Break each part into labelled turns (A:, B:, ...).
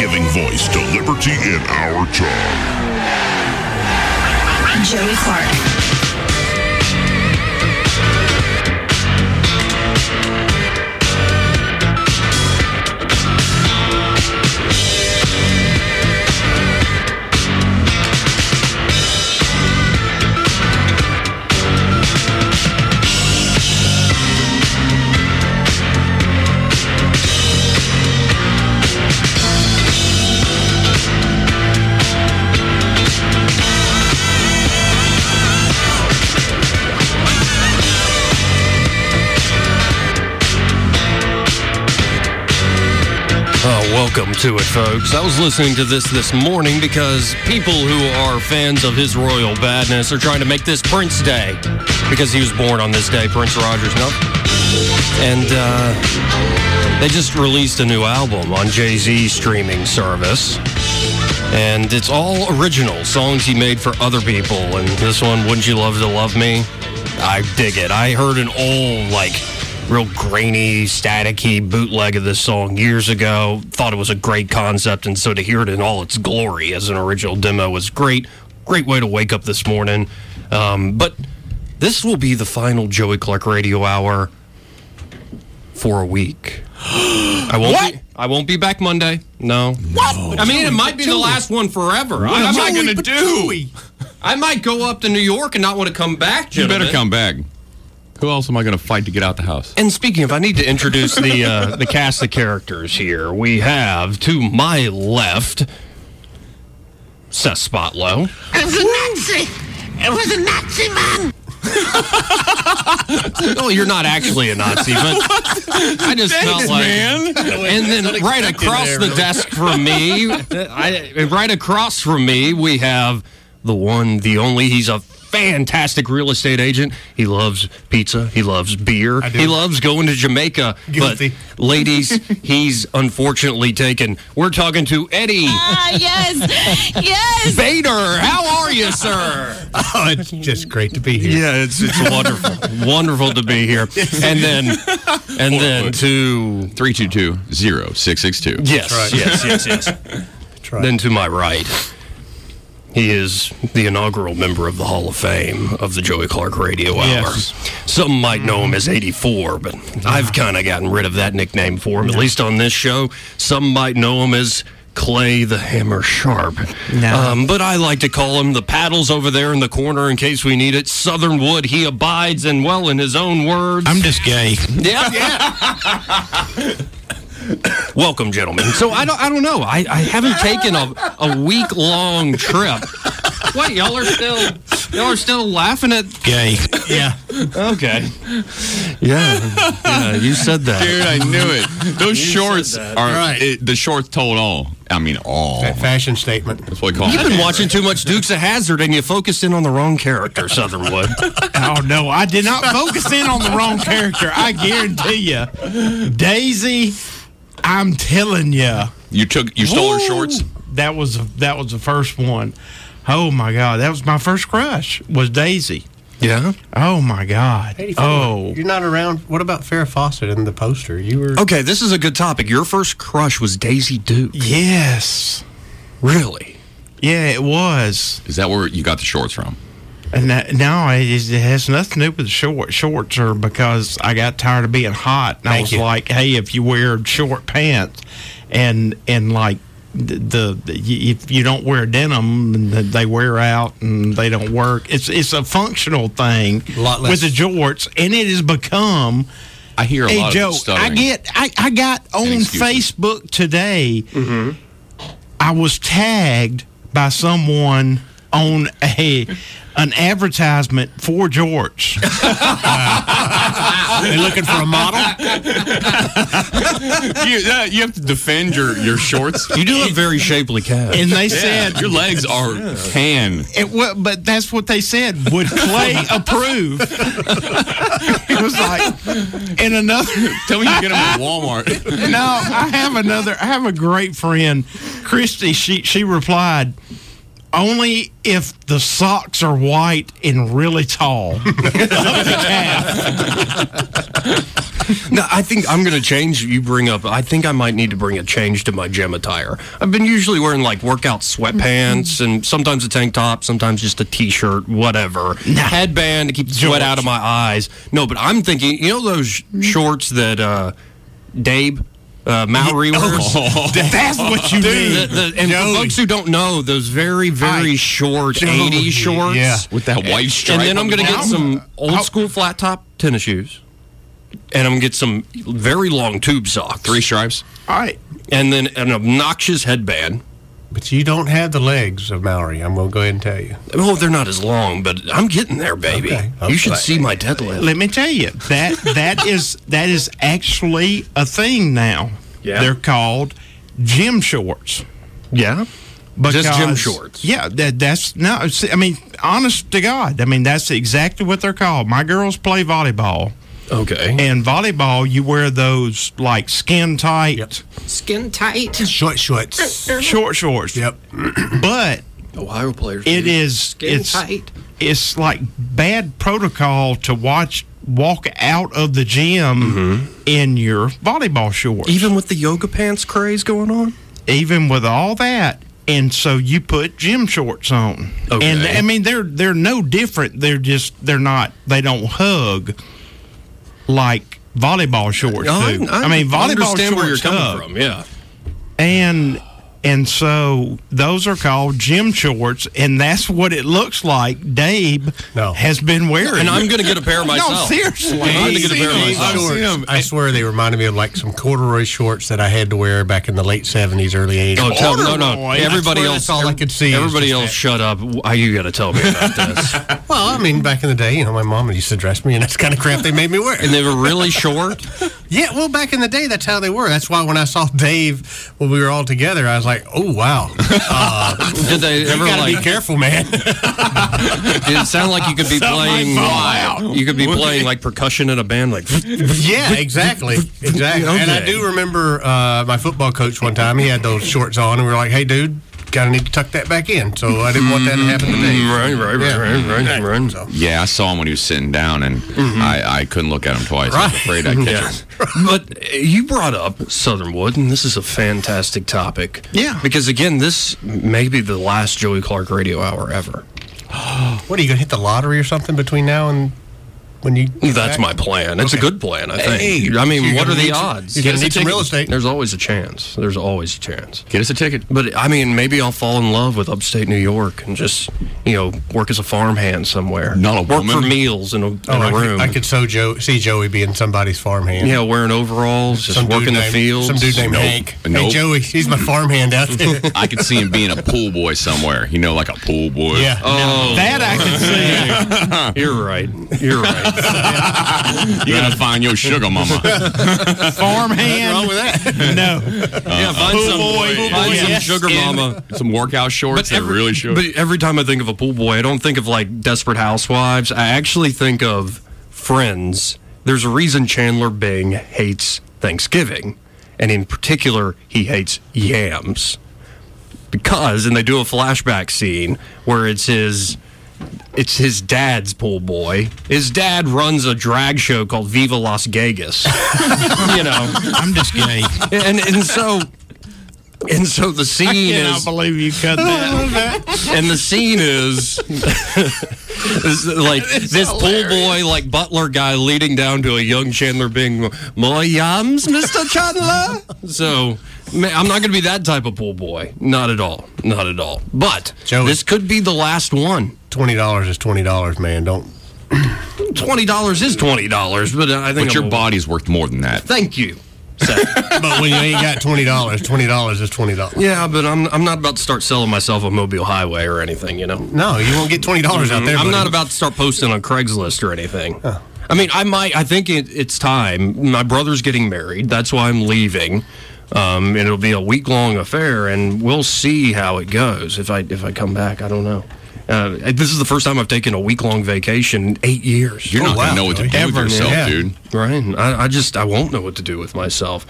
A: Giving voice to liberty in our time.
B: Joey Clark.
C: Oh, welcome to it, folks. I was listening to this this morning because people who are fans of his royal badness are trying to make this Prince Day because he was born on this day, Prince Rogers. No, and uh, they just released a new album on Jay Z streaming service, and it's all original songs he made for other people. And this one, "Wouldn't You Love to Love Me," I dig it. I heard an old like real grainy, staticky bootleg of this song years ago. Thought it was a great concept, and so to hear it in all its glory as an original demo was great. Great way to wake up this morning. Um, but this will be the final Joey Clark Radio Hour for a week. I won't.
D: What?
C: Be, I won't be back Monday. No.
D: What? No.
C: I mean, Joey, it might be the last one forever. What am I going to do? I might go up to New York and not want to come back. Gentlemen.
E: You better come back. Who else am I going to fight to get out the house?
C: And speaking of, I need to introduce the uh, the cast of characters here. We have to my left, Seth Spotlow.
F: It was a Nazi. It was a Nazi man.
C: well, Oh, you're not actually a Nazi, but I just
E: Thanks,
C: felt like.
E: man.
C: And then right across
E: there,
C: the
E: really.
C: desk from me, I, right across from me, we have the one, the only. He's a fantastic real estate agent. He loves pizza. He loves beer.
G: do.
C: He loves going to Jamaica.
G: Guilty.
C: But ladies, he's unfortunately taken. We're talking to Eddie
H: Ah, yes, yes.
C: Bader. How are you, sir?
G: Oh, it's just great to be here.
C: Yeah, it's it's wonderful, wonderful to be here. And then, and then to
E: Three two two zero six six two.
C: yes,
G: right.
C: yes, yes, yes.
G: right.
C: Then to my right, he is the inaugural member of the Hall of Fame of the Joey Clark Radio Hour.
G: Yes.
C: Some might know him as 84, but I've kind of gotten rid of that nickname for him, at least on this show. Some might know him as. Clay the Hammer Sharp.
G: No.
C: Um, but I like to call him the paddles over there in the corner in case we need it. Southern Wood, he abides and well in his own words.
G: I'm just gay.
C: Yeah. Welcome, gentlemen. So I don't, I don't know. I, I haven't taken a, a week long trip. What y'all are still y'all are still laughing at?
G: Gay. Yeah.
C: Okay. Yeah, yeah. You said that.
E: Dude, I knew it. Those shorts
C: said
E: are
C: that.
G: Right.
E: it, the shorts told all. I mean all.
G: That
E: That's
G: fashion statement.
E: what we call
C: You've
E: it.
C: been watching too much Dukes of Hazard, and you focused in on the wrong character, Southernwood.
G: Oh no, I did not focus in on the wrong character. I guarantee you, Daisy. I'm telling you,
E: You took you stole her shorts.
G: that was that was the first one. Oh my god, that was my first crush. Was Daisy?
C: Yeah.
G: Oh my god. Oh,
D: You're not around. What about Farrah Fawcett in the poster? You were.
C: Okay, this is a good topic. Your first crush was Daisy Duke.
G: yes.
C: Really?
G: Yeah, it was.
E: Is that where you got the shorts from?
G: And that, no, it, is, it has nothing to do with the short shorts, or because I got tired of being hot, and I was like, "Hey, if you wear short pants, and and like the, the, y if you don't wear denim, and th- they wear out and they don't work. It's it's a functional thing
D: Lot less-
G: with the jorts, and it has become."
E: I hear a
G: Hey
E: lot
G: Joe,
E: of stuttering.
G: I get I, I got on
E: excuses.
I: Mm-hmm.
G: Facebook today. I was tagged by someone on a an advertisement for George.
C: They're looking for a model.
J: you, uh, you have to defend your, your shorts.
I: You do have very shapely calves.
G: And they
J: Yeah,
G: said
J: your legs are tan.
G: It wa- but that's what they said. Would Clay approve? it was like, and another.
J: Tell me you get them at Walmart.
G: no, I have another. I have a great friend, Christy. She she replied, only if the socks are white and really tall.
I: No, I think I'm going to change. You bring up. I think I might need to bring a change to my gym attire. I've been usually wearing like workout sweatpants and sometimes a tank top, sometimes just a t-shirt, whatever. Headband to keep the sweat out of my eyes. No, but I'm thinking, you know those shorts that uh Dave uh, Maori wears.
G: that's what you
I: Dude, the- the- and for folks who don't know, those very, very short
J: Joey,
I: 80 shorts.
J: yeah. With that white stripe
I: And then I'm
J: on
I: going to
J: the
I: get
J: bottom.
I: some old school flat top tennis shoes. And I'm going to get some very long tube socks. Three
J: stripes.
G: All right.
I: And then an obnoxious headband.
C: But you don't have the legs of Maori. I'm going to go ahead and tell you.
I: Oh, they're not as long, but I'm getting there, baby. You should see my deadlift.
G: Let me tell you that that is that is actually a thing now.
I: Yeah.
G: they're called gym shorts.
I: Yeah,
G: because,
I: Just gym shorts.
G: Yeah, that that's no. it's- I mean, honest to God, I mean that's exactly what they're called. My girls play volleyball.
I: Okay,
G: and volleyball, you wear those like skin tight.
F: Skin tight.
C: Short shorts.
G: Short shorts.
C: Yep.
G: but
I: Ohio players.
G: it is
F: Skin
G: it's
F: tight.
G: it's like bad protocol to watch walk out of the gym in your volleyball shorts.
I: Mm-hmm. Even with the yoga pants craze going on?
G: Even with all that. And so you put gym shorts on.
I: Okay.
G: And I mean they're they're no different. They're just they're not they don't hug like volleyball shorts
I: No, I-
G: do.
I: I
G: mean volleyball
I: understand
G: shorts
I: where you're coming
G: hug.
I: from, yeah.
G: and and so those are called gym shorts, and that's what it looks like. Dave has been wearing,
I: And I'm going to get a pair
G: No,
I: myself.
G: seriously,
I: I'm going to get a pair myself.
C: I swear they reminded me of like some corduroy shorts that I had to wear back in the late 70s, early 80s.
I: Oh, tell, no, no.
C: Corduroy? I
I: Everybody
C: swear
I: else.
C: That's all I could see. is
I: Everybody
C: just
I: else, shut up. Why you got to tell me about this?
C: that. Well, I mean, back in the day, you know, my mom used to dress me, and that's the kind of crap they made me wear.
I: and they were really short.
C: Yeah, well, back in the day, that's how they were. That's why when I saw Dave when we were all together, I was like, "Oh wow!" Uh,
I: Did they ever
C: you gotta
I: like?
C: be careful, man?
I: Did it sound like you could be playing? You could be playing like percussion in a band, like.
C: yeah, exactly, exactly. And I
I: Okay.
C: do remember uh, my football coach one time. He had those shorts on, and we were like, "Hey, dude, gotta need to tuck that back in." So I didn't want that to happen to Dave.
I: Right, right, right, right, right, right.
J: Yeah, I saw him when he was sitting down, and I, I couldn't look at him twice. I was afraid I'd catch
I: Mm-hmm. Yeah.
J: him.
I: But uh, you brought up Southernwood, and this is a fantastic topic.
G: Yeah.
I: Because again, this may be the last Joey Clark radio hour ever.
C: What are you gonna hit the lottery or something between now and when you? get
I: That's
C: back?
I: my plan. It's a good plan, I think.
C: Hey,
I: I mean,
C: you're
I: what
C: gonna
I: are the
C: need some-
I: odds?
C: you're gonna
I: Get us a
C: need some
I: ticket.
C: real estate.
I: There's always a chance. There's always a chance.
J: Get us a ticket.
I: But I mean, maybe I'll fall in love with upstate New York and just, you know, work as a farmhand somewhere.
J: Not a
I: work for
J: woman.
I: meals in a,
C: Oh,
I: in a
C: I
I: room.
C: could, I could so Joe, see Joey being somebody's farmhand.
I: yeah, wearing overalls, just
C: Some dude
I: working the
C: named-
I: fields.
C: Some dude named
J: Nope.
C: Hank. Hey
J: Nope.
C: Joey, he's my farmhand out there.
J: I could see him being a pool boy somewhere. You know, like a pool boy.
C: Yeah.
I: Oh,
G: that I can see.
I: you're right. You're right.
J: You gotta find your sugar mama.
G: Farmhand. Wrong with that? No.
J: Uh,
I: yeah, find
G: pool
I: some,
G: boy, pool
I: find
G: boy.
I: some
G: Yes,
I: sugar
G: and-
I: mama.
J: Some workout shorts that really show.
I: But every time I think of a pool boy, I don't think of like Desperate Housewives. I actually think of Friends. There's a reason Chandler Bing hates Thanksgiving, and in particular, he hates yams because, and they do a flashback scene where it's his. It's his dad's pool boy. His dad runs a drag show called Viva Las Vegas. you know,
G: I'm just gay.
I: and and so and so the
G: I
I: scene
G: cannot
I: is
G: believe you cut that.
I: and the scene is, is like this pool boy like butler guy leading down to a young chandler being my yams mr chandler so man, i'm not gonna be that type of pool boy not at all not at all but
C: Joey.
I: this could be the last one
C: Twenty dollars is twenty dollars, man. Don't
I: $20 is $20 but i
J: But
I: think I'm
J: your
I: a-
J: body's worth more than that.
I: thank you but when you ain't got twenty dollars, twenty dollars is twenty dollars.
G: Yeah, but I'm I'm not about to start selling myself a mobile highway or anything, you know. Mm-hmm.
I: No, you won't get twenty dollars out there.
G: I'm
I: buddy.
G: not about to start posting on Craigslist or anything. I mean, I might. I think it, it's time. My brother's getting married. That's why I'm leaving. Um, and it'll be a week long affair, and we'll see how it goes. If I if I come back, I don't know. Uh, this is the first time I've taken a week long vacation in eight years.
J: You're
I: Oh,
J: not gonna know what to do with yourself,
G: Yeah.
J: dude.
G: Right? I, I just I won't know what to do with myself.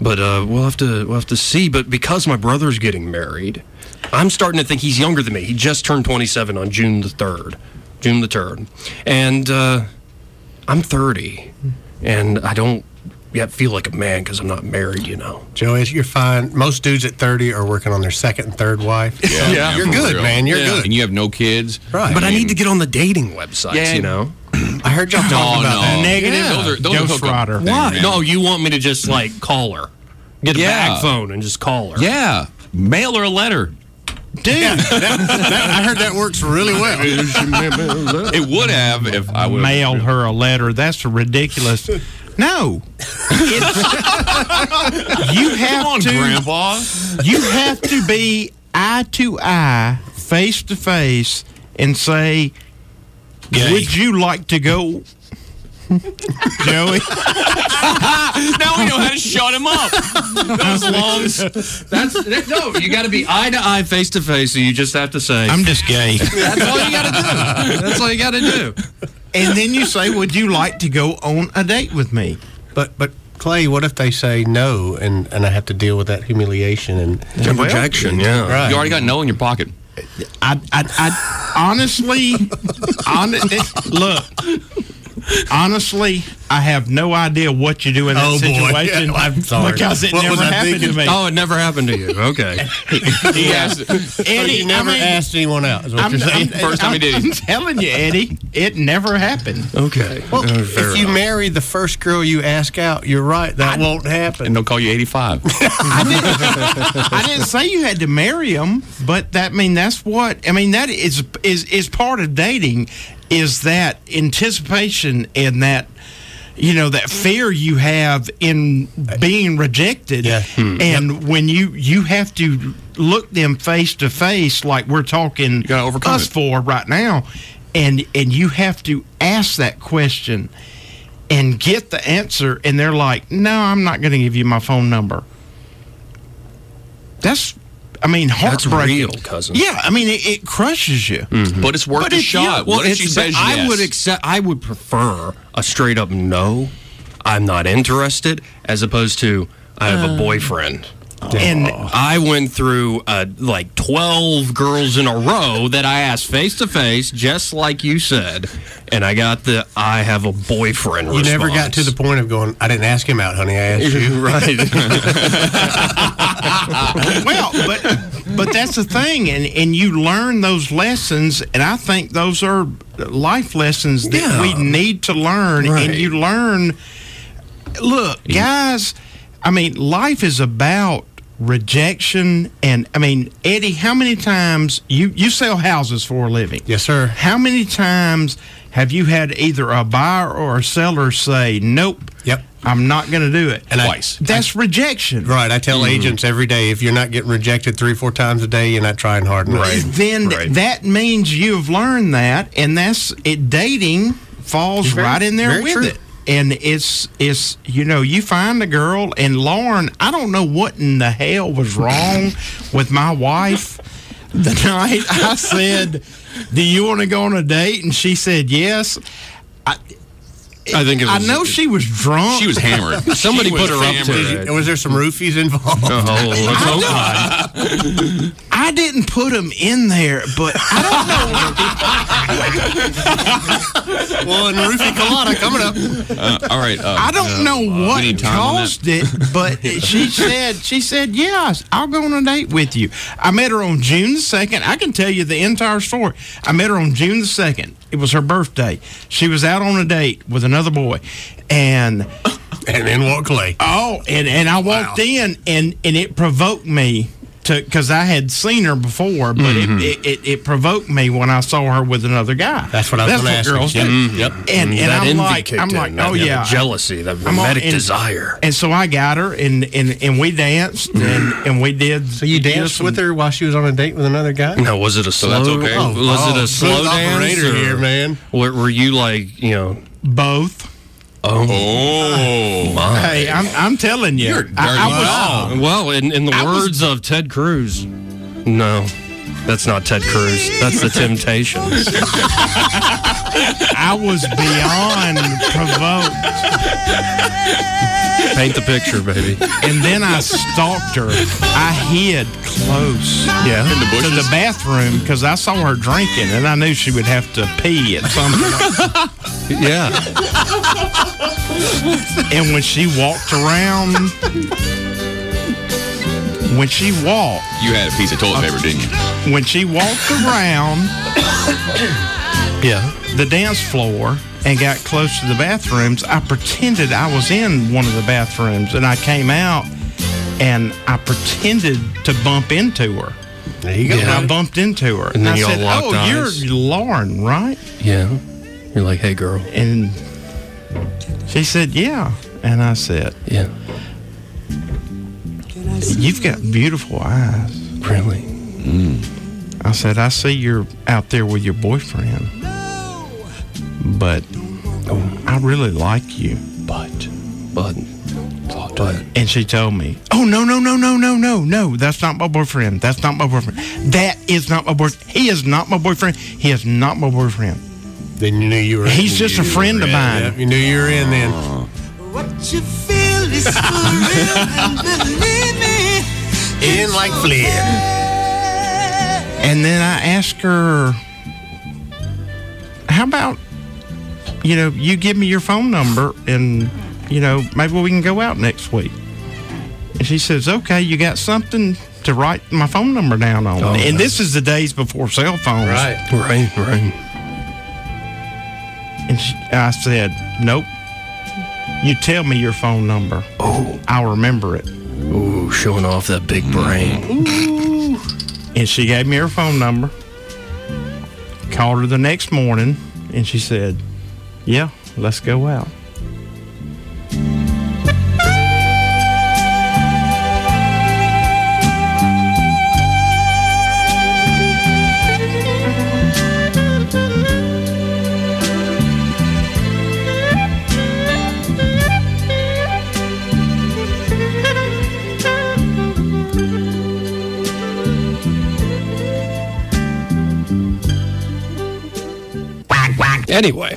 G: But uh, we'll have to we'll have to see. But because my brother's getting married, I'm starting to think he's younger than me. He just turned 27 on June the third, June the third, and uh, I'm 30, and I don't yet feel like a man because I'm not married. You know.
I: Joey, you're fine. Most dudes at thirty are working on their second and third wife. So you're
J: for
I: good,
J: real.
I: man. You're
J: Yeah.
I: good.
J: And you have no kids.
I: Right.
G: But I need to get on the dating websites.
J: Yeah.
G: You know.
I: I heard y'all talking
J: Oh,
I: about
J: no.
I: that.
J: Negative.
G: Yeah.
J: Those are- those are Ghost hookup Oh, Rider. things,
G: Why?
J: man.
G: No, you want me to just like call her, get a
J: Yeah.
G: bag phone, and just call her.
J: Yeah. Mail her a letter.
I: Dude, I heard that works really well.
J: It would have if I would have.
C: mail her a letter. That's ridiculous. No, It's- you have
J: Come on,
C: to,
J: Grandpa.
C: You have to be eye to eye, face to face, and say,
I: Gay.
C: "Would you like to go?" Joey,
G: now we know how to shut him up. Those longs. That's that- no. You got to be eye to eye, face to face. So you just have to say,
C: I'm just gay.
G: "That's all you got to do. That's all you got to do."
C: and then you say, "Would you like to go on a date with me?"
I: But but Clay, what if they say no and and I have to deal with that humiliation and
G: rejection, yeah.
I: Right.
J: You already got no in your pocket.
C: I, I, I honestly, hon- it- look, honestly, I have no idea what you do in that
I: Oh, boy.
C: situation
I: I'm sorry.
C: because it
I: What was
C: never
I: I
C: happened to
I: thinking?
C: me.
G: Oh, it never happened to you. Okay.
J: He asked,
I: So
C: Eddie,
I: you never
C: I mean,
I: asked anyone out. Is what
C: I'm,
I: you're
C: I'm-
I: saying?
J: First time he did.
C: I'm telling you, Eddie, it never happened.
G: Okay.
I: well,
G: Uh,
I: if
G: fair
I: you
G: enough.
I: marry the first girl you ask out, you're right. That won't happen.
J: and they'll call you 85.
C: I didn't say you had to marry him, but that I mean that's what I mean. That is is is part of dating, is that anticipation and that you know that fear you have in being rejected,
I: Yeah.
C: and when you you have to look them face to face, like we're talking
J: gotta overcome
C: us
J: it.
C: for right now, and and you have to ask that question. And get the answer, and they're like, "No, I'm not going to give you my phone number." That's, I mean,
G: That's
C: heartbreaking.
G: real, cousin.
C: Yeah, I mean, it, it crushes you.
J: But it's worth
C: But
J: a
C: if you-
J: shot.
C: well,
J: what if she
G: It's-
J: says
G: I
J: yes?
G: would accept. I would prefer a straight up no. I'm not interested, as opposed to I
I: Um,
G: have a boyfriend.
C: And
G: I went through uh, like 12 girls in a row that I asked face to face, just like you said, and I got the I have a boyfriend
I: You never got to the
G: response.
I: point of going, I didn't ask him out, honey. I asked you.
G: right.
C: well, but but that's the thing, and and you learn those lessons, and I think those are life lessons that
G: Yeah.
C: we need to learn,
G: Right.
C: and you learn. Look, guys, I mean, life is about rejection, and I mean, Eddie, how many times you you sell houses for a living?
I: Yes, sir.
C: How many times have you had either a buyer or a seller say, "Nope,
I: Yep.
C: I'm not going to do it"?
I: And I-
J: Twice.
C: That's rejection. Mm.
I: Right. I tell agents every day if you're not getting rejected three, four times a day, you're not trying hard enough.
C: Then
G: Right.
C: that means you've learned that, and that's it. Dating falls
I: Very-
C: right in there
I: very
C: with
I: true.
C: it. And it's it's you know you find a girl and Lauren I don't know what in the hell was wrong with my wife the night I said do you want to go on a date and she said yes
G: I think it
C: I
G: was.
C: know she was drunk
J: She was hammered.
G: Somebody
J: She was
G: put her up to
J: hammered.
G: it.
I: Was there some roofies involved?
G: Oh, let's hope not.
C: I didn't put him in there but I don't
I: well, and roofie colada coming up.
J: Uh, all right. Uh,
C: I don't know
J: we
C: what
J: need time on
C: caused it, but she said she said yes. I'll go on a date with you. I met her on June the second. I can tell you the entire story. I met her on June the second. It was her birthday. She was out on a date with another boy, and
I: And then walk Clay.
C: oh, and and I walked in, and and it provoked me. to because I had seen her before, but
G: Mm-hmm.
C: it, it, it it provoked me when I saw her with another guy.
G: That's what I was
C: That's
G: gonna
C: what
G: ask you.
C: girls
G: Yeah.
C: do.
G: Mm, yep.
C: And and
G: That
C: I'm
G: envy
C: like
G: kicked
C: I'm
G: in,
C: like
G: that-
C: oh
G: that
C: yeah
G: jealousy, that
C: I'm all-
G: romantic
C: and-
G: desire.
C: And so I got her and and and we danced and
I: Mm-hmm.
C: and we did. So
G: You danced with her while she was on a date with another guy.
I: No, was it a
G: So
I: slow?
G: that's okay?
I: Oh, was
G: Oh,
I: it a
G: smooth
I: slow dance?
G: operator here, man.
I: Were, were you like you know?
C: Both.
I: Oh, my!
C: Hey, I'm I'm telling you,
I: You're
C: I, I was
I: wow. Well, in, in the words of Ted Cruz, no, that's not Ted Cruz. That's the Temptations.
C: I was beyond provoked.
I: Paint the picture, baby.
C: And then I stalked her. I hid close
I: Yeah. In the
C: to the bathroom because I saw her drinking and I knew she would have to pee at some point.
I: yeah.
C: And when she walked around, when she walked,
J: You had a piece of toilet paper, didn't you?
C: when she walked around yeah the dance floor and got close to the bathrooms i pretended i was in one of the bathrooms and i came out and i pretended to bump into her
G: there you go.
C: i bumped into her
I: And then
C: i
I: y'all
C: said
I: locked
C: oh
I: eyes?"
C: you're lauren right
I: Yeah. You're like, hey, girl.
C: And she said, yeah. And I said,
I: yeah.
C: You've got beautiful eyes.
I: Really?
C: I said, I see you're out there with your boyfriend. But I really like you. But,
I: Oh. but,
C: but. And she told me, Oh, no, no, no, no, no, no, no. That's not my boyfriend. That's not my boyfriend. That is not my boyfriend. He is not my boyfriend. He is not my boyfriend.
G: Then you knew you were.
C: He's
G: you
C: just
G: knew
C: a
G: you
C: friend
G: were
C: of
G: in.
C: mine.
G: Yep, you knew you were in then.
K: Uh-huh. What you feel is for real, and believe me,
G: In like Flynn.
C: And then I asked her, how about, you know, you give me your phone number and, you know, maybe we can go out next week. And she says, okay, you got something to write my phone number down on.
I: Oh,
C: and
I: no.
C: this is the days before cell phones.
I: Right. Right.
C: And she, I said, nope. You tell me your phone number. Oh. I'll remember it.
I: Ooh, showing off that big brain.
C: And she gave me her phone number. Called her the next morning and she said, Yeah, let's go out.
I: Anyway,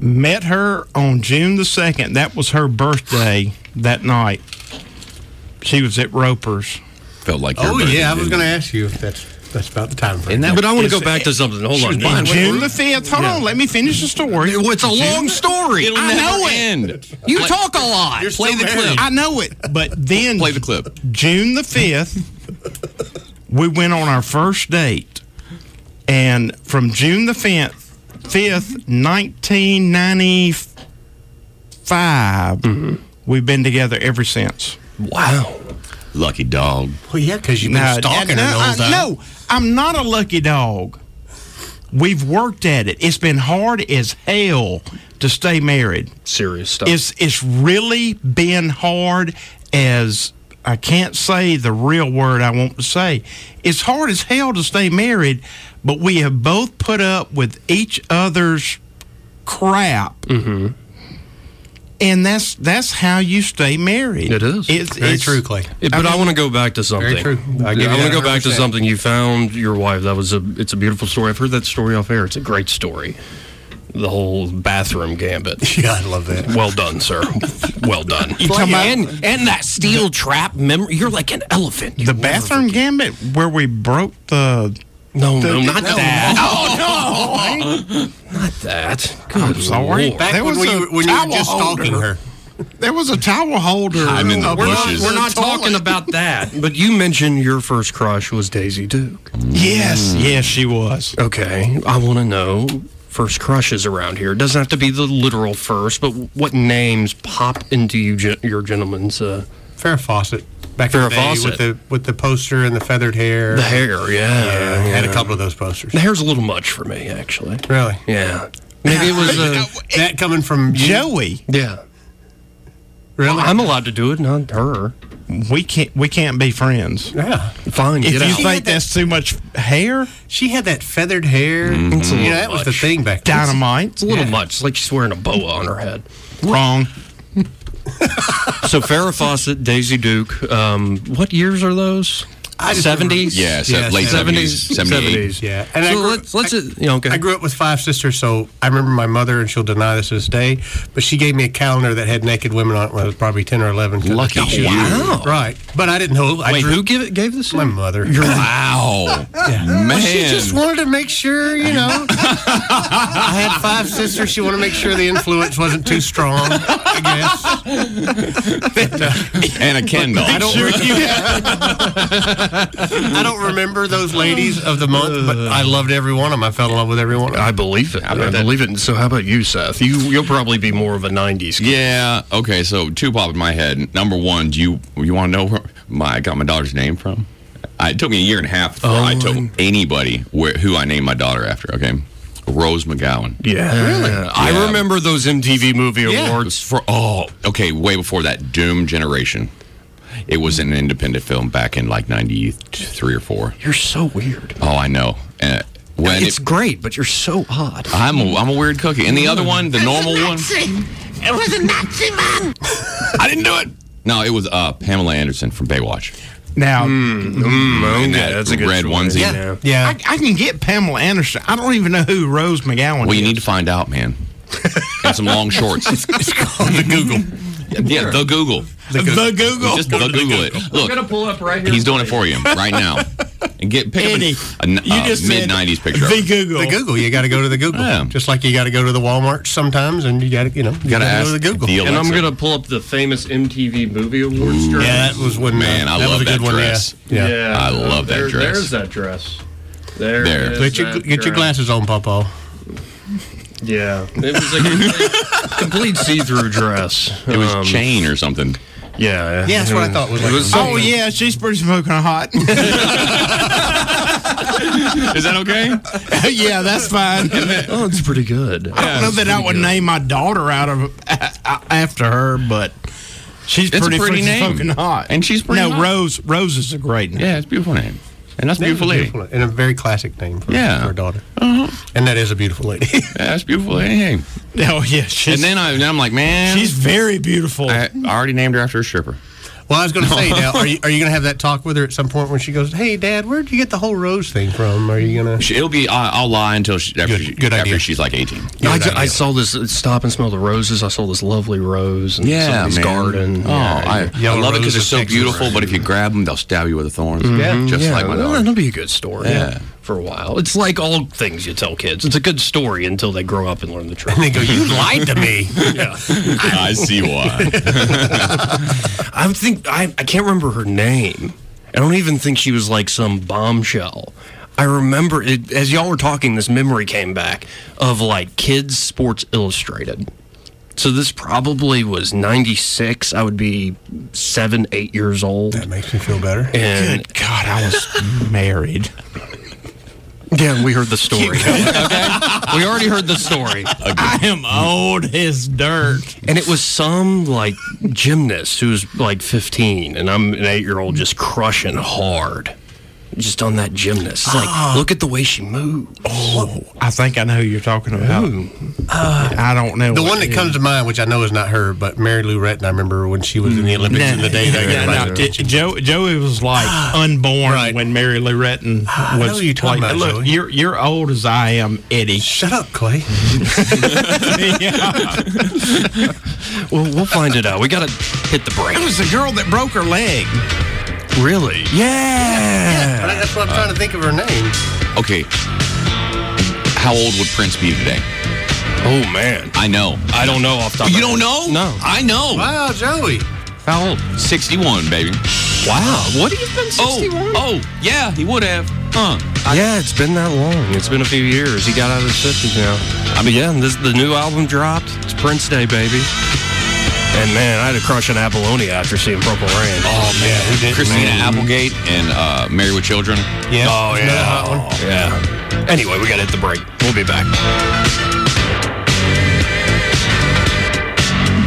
C: met her on June the 2nd. That was her birthday that night. She was at Roper's.
J: Felt like
G: Oh yeah, I was going to ask you if that's that's about the time frame.
I: but I want to go back to something. Hold on.
C: On June the 5th. Hold on, let me finish the story.
I: It's a long story.
J: It'll
C: I
J: never
C: know it.
J: end.
I: You talk a lot.
J: Play the clip.
C: I know it. But then
J: Play the clip.
C: June the 5th, we went on our first date. And from June the 5th, 5th 1995, we've been together ever since.
I: Wow.
J: Lucky dog.
G: Well, yeah, because you've been
C: No,
G: stalking
C: no,
G: her the whole
C: I-
G: time.
C: No, I'm not a lucky dog. We've worked at it. It's been hard as hell to stay married.
I: Serious stuff.
C: It's it's really been hard as I can't say the real word I want to say. It's hard as hell to stay married, but we have both put up with each other's crap.
G: Mm-hmm.
C: And that's that's how you stay married.
I: It is.
C: It's,
G: Very
C: it's-
G: true, Clay.
I: Yeah, but I, want to go back to something.
G: true. I
I: I,
G: give you
I: want to
G: that
I: go back to
G: 100%.
I: something you found your wife. That was a. It's a beautiful story. I've heard that story off air. It's a great story. The whole bathroom gambit.
G: Yeah, I love that.
I: Well done, sir. well done.
C: You talking about-
I: and and that steel trap memory. You're like an elephant. You
C: The
I: love
C: bathroom gambit where we broke the.
I: it. No, no, not
G: no,
I: that.
C: Oh no!
I: Not that. Good I'm
C: sorry.
G: Back
C: There
G: when,
C: was
G: we,
C: a
G: were- when you were
C: towel
G: just stalking
C: holder.
G: her.
C: There was a towel holder.
J: I'm in the
C: Uh,
I: We're not,
J: bushes.
I: we're not talking about that. But you mentioned your first crush was Daisy Duke.
C: Yes, yes, she was.
I: Okay, I want to know first crushes around here. It doesn't have to be the literal first, but what names pop into you, gen- your gentleman's? Uh,
G: Fair Fawcett.
C: back in
G: Farrah
C: the day
G: Fawcett.
C: with the with the poster and the feathered hair.
G: The hair, yeah.
C: yeah, Had a
G: yeah.
C: couple of those posters.
G: The hair's a little much for me, actually.
C: Really?
G: Yeah. Maybe it was uh,
C: that coming from you?
I: Joey.
G: Yeah.
C: Really?
G: I'm allowed to do it, not her.
I: We can't. We can't be friends.
C: Yeah.
G: Fine.
I: If
G: get
I: you
G: out.
I: think that's too much hair,
C: she had that feathered hair.
G: It's a little
C: Yeah, that was
G: Mm-hmm.
C: the
G: much.
C: thing back then.
I: Dynamite.
G: It's a little
C: Yeah.
G: much. It's like she's wearing a boa on her head.
I: Wrong.
G: so Farrah Fawcett, Daisy Duke. Um, what years are those?
C: I just
G: Seventies.
J: Yeah, se- late 70s, 78.
C: Yeah.
G: And
C: And I
G: so
C: grew-
G: let's let's.
C: I-
G: you know, okay.
C: I grew up with five sisters, so I remember my mother, and she'll deny this to this day, but she gave me a calendar that had naked women on it when I was probably 10 or 11. 'cause
J: Lucky
C: I-
J: you. Wow.
C: Right. But I didn't know. I
G: Wait,
C: drew,
G: who give it, gave this? to
C: My
G: you?
C: mother.
G: You're
J: Wow.
C: Well, She just
J: Man.
C: wanted to make sure, you know. I had five sisters. She wanted to make sure the influence wasn't too strong, I guess.
J: And a Kendall.
C: I don't, I don't remember those ladies of the month, but I loved every one of them. I fell in love with every one of them.
G: I believe it. I,
J: bet that-
G: believe it. And So how about you, Seth? You you'll probably be more of a '90s. kid.
J: Yeah. Okay. So two popped in my head. Number one, do you you want to know where my I got my daughter's name from? I, it took me a year and a half before I
G: Oh.
J: told anybody where who I named my daughter after. Okay, Rose McGowan.
G: Yeah. Really? I
J: Yeah.
G: remember those MTV Movie Awards.
J: For oh, okay, way before that Doom generation. It was an independent film back in like '93 or four.
G: You're so weird.
J: Oh, I know. And when
G: It's
J: it,
G: great, but you're so odd.
J: I'm a, I'm a weird cookie. And the other one, the normal one.
L: It was a Nazi man.
J: I didn't do it. No, it was uh, Pamela Anderson from Baywatch.
I: Now
G: Mm,
J: And that red onesie.
G: Yeah.
C: Yeah.
I: I, I can get Pamela Anderson. I don't even know who Rose McGowan
J: Well, you
I: is.
J: need to find out, man. and some long shorts. it's called the Google. Yeah, the Google.
I: the Google.
J: Just the Google it. Look,
G: pull up right
J: he's doing it for you right now. And get pick
I: Eddie,
J: up an- a,
I: you just
J: mid
I: said
J: '90s picture.
I: The Google.
C: The Google. You got to go to the Google.
J: Yeah.
C: Just like you got to go to the Walmart sometimes, and you got to, you know,
J: Gotta
C: you got to go to
J: ask
C: the Google.
J: the
G: And I'm
J: Alexa.
G: gonna pull up the famous MTV Movie Awards dress.
C: yeah, that was when, uh,
J: Man, I
C: that
J: love
C: was a
J: that
C: good one. Yeah.
J: dress.
C: yeah.
J: I love that dress.
G: There's that dress. There.
J: There.
G: is
C: Get your,
G: that
C: get your
G: dress.
C: glasses on, Papa.
G: Yeah. It was a complete, complete see-through dress.
J: It was
G: Um,
J: chain or something.
G: Yeah.
C: Yeah, that's what I thought was like.
G: was-
I: Oh yeah, she's pretty smoking hot.
J: Is that okay?
I: yeah, that's fine.
G: Oh, it's pretty good.
I: I don't know that I would name my daughter out of a- a- after her, but she's
J: It's a
I: pretty,
J: pretty
I: freaking
J: name.
I: fucking hot,
J: And she's pretty
I: No,
J: hot.
I: Rose. Rose is a great name.
J: Yeah, it's a beautiful name. And that's a beautiful lady.
C: Beautiful and a very classic name for,
J: Yeah. Uh-huh.
C: for a daughter. And that is a beautiful lady.
J: Yeah, that's a beautiful lady. name.
I: Oh yeah, she's,
J: And then, I, then I'm like, man,
I: she's very beautiful.
J: I, I already named her after a stripper.
C: well, I was going to say now, are you, are you going to have that talk with her at some point when she goes, "Hey, Dad, where'd you get the whole rose thing from? Are you going to?"
J: She, it'll be. I, I'll lie until she, after,
C: Good-
J: she-
C: good
J: after
C: idea.
J: she's like 18.
G: I,
C: that
G: ju- I
C: deal.
G: saw this uh, stop and smell the roses. I saw this lovely rose in somebody's garden.
J: Oh,
G: Yeah,
J: I, I
C: Yellow
J: love it because
C: roses
J: they're so
C: of Texas.
J: beautiful. But if you grab them, they'll stab you with the thorns.
C: Yeah.
J: just like my
G: Mm-hmm. well,
J: daughter.
G: that'll be a good story.
J: Yeah.
G: For a while. It's like all things you tell kids. It's a good story until they grow up and learn the truth.
C: And they go, "You lied to me."
J: I see why.
G: I would think I, I can't remember her name. I don't even think she was like some bombshell. I remember it, as y'all were talking, this memory came back of like Kids Sports Illustrated. So this probably was '96. I would be seven, eight years old.
C: that makes me feel better.
G: And
I: Good God, I was married.
G: yeah, we heard the story. okay, we already heard the story.
I: I am old as dirt.
G: And it was some like gymnast who was like 15, and I'm an eight year old just crushing hard, just on that gymnast. It's
J: Ah.
G: like, look at the way she moves.
I: I think I know who you're talking about. I don't know
C: The
I: what
C: one
I: it
C: that
I: is.
C: comes to mind, which I know is not her, but Mary Lou Retton. I remember when she was in the Olympics in the day. that
I: Mm. Yeah,
C: everybody
I: no,
C: was
I: J-
C: watching.
I: Joe, Joey was like unborn
C: Right.
I: when Mary Lou Retton
C: I know
I: was.
C: who you're talking
I: like,
C: about,
I: look,
C: Joey."
I: you're you're old as I am, Eddie.
C: Shut up, Clay.
I: yeah.
G: Well, we'll find it out. We gotta hit the
I: It
G: break.
I: was the girl that broke her leg.
G: Really?
I: Yeah.
C: That's what I'm trying to think of her name.
J: okay, how old would Prince be today?
G: Oh man,
J: I know.
G: I don't know off the top.
J: You
G: of my
J: don't know?
G: No.
J: I
I: Oh.
J: know.
C: Wow, Joey.
J: How old? 61, baby.
G: Wow, what have you been
J: Oh,
G: 61?
J: oh, yeah, he would have. Huh.
G: yeah, it's been that long. It's been a few years. He got out of his fifties now. I mean, yeah, this the new album dropped. It's Prince Day, baby.
I: And man, I had to crush on Apollonia after seeing Purple Rain.
J: Oh man, Christina Applegate and uh, Married with Children.
I: Yeah. Oh yeah. Oh, yeah. Anyway, we got to hit the break. We'll be back.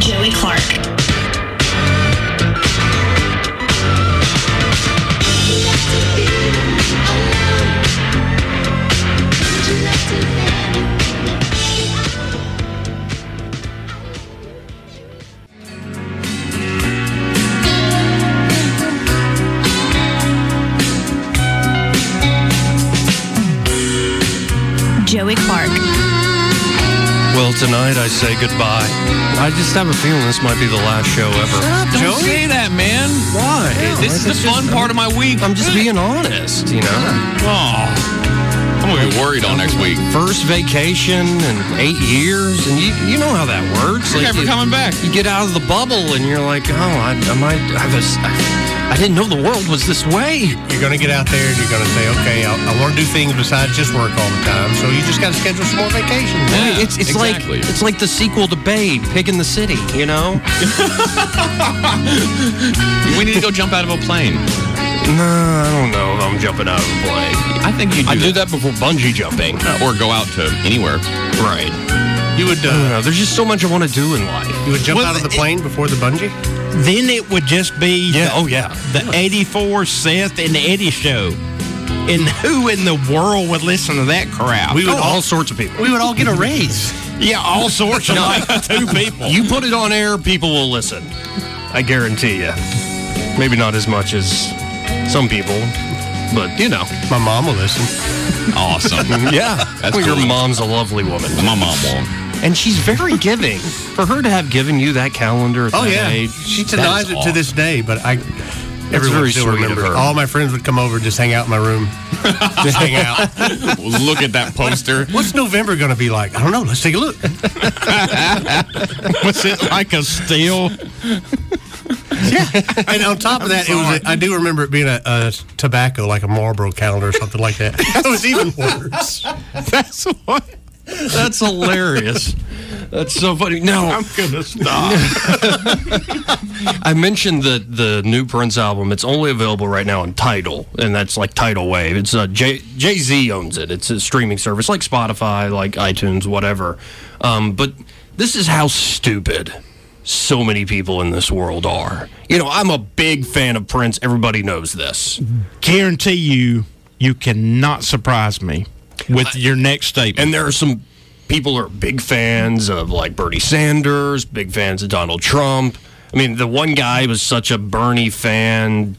A: Joey Clark.
H: Joey Clark.
I: Well, tonight I say goodbye. I just have a feeling this might be the last show ever.
J: Don't say that, man. Why? this is the fun part of my week.
I: I'm just being honest, you know.
J: Oh, I'm gonna be worried all next week.
I: First vacation in eight years, and you you know how that works.
J: You're never
I: you-
J: coming back.
I: You get out of the bubble, and you're like, oh, I, I might. I was. I, I didn't know the world was this way.
C: You're going to get out there and you're going to say, okay, I, I want to do things besides just work all the time. So you just got to schedule some more vacations.
I: Right, it's it's
C: exactly.
I: like it's like the sequel to Babe, Pig in the City. You know.
J: we need to go jump out of a plane.
I: No, I don't know if I'm jumping out of a plane.
J: I think you. Do
I: I do that before bungee jumping.
J: or go out to anywhere.
I: Right.
C: You would.
I: I don't know. There's just so much I want to do in life.
C: You would jump
G: Well,
C: out of the
G: it-
C: plane before the bungee?
G: Then it would just be yeah, oh yeah, the '84 Seth and Eddie show. And who in the world would listen to that crap?
I: We would Oh, all- all sorts of people.
C: We would all get a raise.
G: yeah, all sorts of
I: No.
G: like two people.
I: You put it on air, people will listen. I guarantee you. Maybe not as much as some people, but you know.
C: My mom will listen.
J: Awesome.
I: Yeah.
J: That's
I: well,
J: cool.
I: Your mom's a lovely woman.
J: My mom won't.
I: And she's very giving. For her to have given you that calendar at
C: Oh
I: that
C: yeah,
I: age,
C: she
I: that
C: denies
I: is
C: it to
I: awesome.
C: this day. But I, everyone
I: very
C: still
I: sweet of
C: remembers.
I: her.
C: All my friends would come over, and just hang out in my room, just hang out.
J: Well, look at that poster.
C: What's November going to be like? I don't know. Let's take a look.
G: Was it like a steal?
C: And on top of that, it was. A, I do remember it being a, a tobacco, like a Marlboro calendar or something like that. That was even worse.
G: That's what.
I: That's hilarious. That's so funny. No,
G: I'm gonna stop.
I: I mentioned the the new Prince album. It's only available right now on Tidal, and that's like Tidal Wave. It's uh, Jay Z owns it. It's a streaming service like Spotify, like iTunes, whatever.
G: uh,
I: Um, but this is how stupid so many people in this world are. You know, I'm a big fan of Prince. Everybody knows this.
G: Guarantee you, you cannot surprise me with your next statement.
I: And there are some people who are big fans of like Bernie Sanders, big fans of Donald Trump. I mean, the one guy was such a Bernie fan,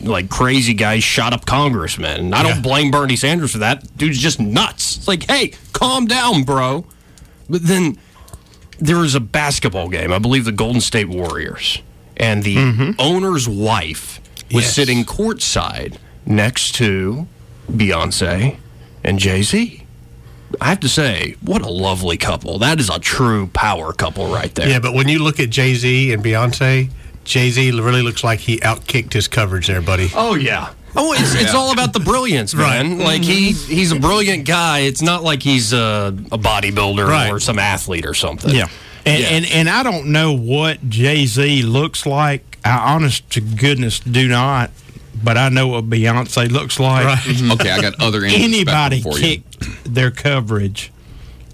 I: like crazy guy, shot up congressman. And I don't blame Bernie Sanders for that. Dude's just nuts. It's like, hey, calm down, bro. But then there was a basketball game, I believe the Golden State Warriors, and the owner's wife was
C: Yes.
I: sitting courtside next to Beyonce and Jay Z. I have to say, what a lovely couple. That is a true power couple right there.
C: Yeah, but when you look at Jay Z and Beyonce, Jay Z really looks like he outkicked his coverage there, buddy.
I: Oh yeah. Mm-hmm. Oh, it's, it's all about the brilliance,
C: Right.
I: man. Like he he's a brilliant guy. It's not like he's a, a bodybuilder
C: Right.
I: or some athlete or something.
G: Yeah. And,
I: Yeah.
G: and and I don't know what Jay Z looks like. I honest to goodness do not, but I know what Beyonce looks like.
C: Mm-hmm.
J: Okay, I got other ends of the
G: Anybody
J: spectrum for you.
G: kicked their coverage,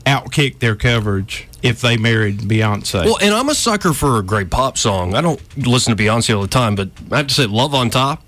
G: outkicked their coverage if they married Beyonce.
I: Well, and I'm a sucker for a great pop song. I don't listen to Beyonce all the time, but I have to say, "Love on Top,"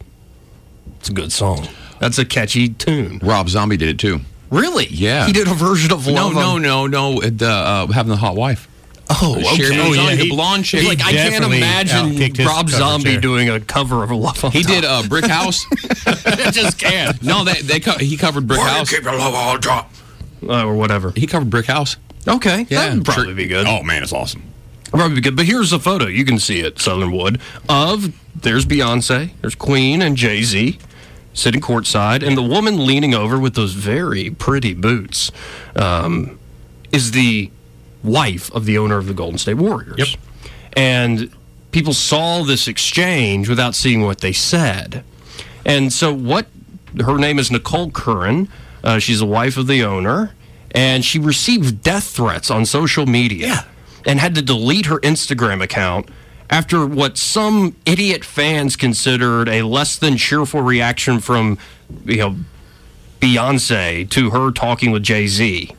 I: it's a good song. That's a catchy tune.
J: Rob Zombie did it too.
I: Really?
J: Yeah.
I: He did a version of
J: No,
I: "Love."
J: no,
I: on-
J: no, no. The uh, having the hot wife.
I: Oh, okay.
J: Sherry
I: Oh,
J: Zombie,
I: yeah.
J: the blonde chick.
I: Like I can't
C: definitely outkicked
I: imagine
C: his
I: Rob
C: coverage
I: Zombie
C: there.
I: doing a cover of "Love on
J: He
I: Top."
J: did uh, Brick House.
I: I just can't.
J: no, they, they co- he covered Brick House.
I: Uh, or whatever.
J: He covered Brick House.
I: Okay,
J: Yeah,
I: that would probably
J: Sure.
I: be good.
J: Oh man, it's awesome.
I: Probably be good. But here's a photo. You can see it, Southernwood, of there's Beyonce, there's Queen and Jay Z sitting courtside, and the woman leaning over with those very pretty boots um, is the wife of the owner of the Golden State Warriors. Yep. And people saw this exchange without seeing what they said. And so, what her name is Nicole Curran. Uh, she's the wife of the owner, and she received death threats on social media and had to delete her Instagram account after what some idiot fans considered a less than cheerful reaction from you know Beyonce to her talking with Jay Z.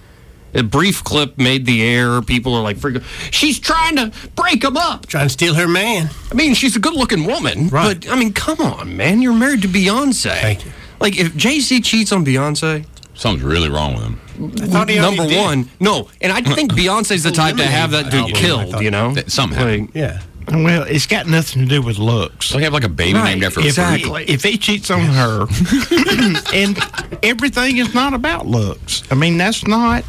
I: A brief clip made the air. People are like, freaking, she's trying to break him up.
C: Trying to steal her man.
I: I mean, she's a good looking woman. Right. But, I mean, come on, man. You're married to Beyonce. Thank you. Like, if Jay Z cheats on Beyonce,
J: Something's really wrong with him.
I: thought he already Number did. one, no, and I think Beyonce's the type to have that dude killed, you know?
J: Somehow.
C: yeah.
G: Well, it's got nothing to do with looks.
J: They have like a baby named after a
G: if,
J: Exactly.
G: If he cheats on her, and everything is not about looks. I mean, that's not.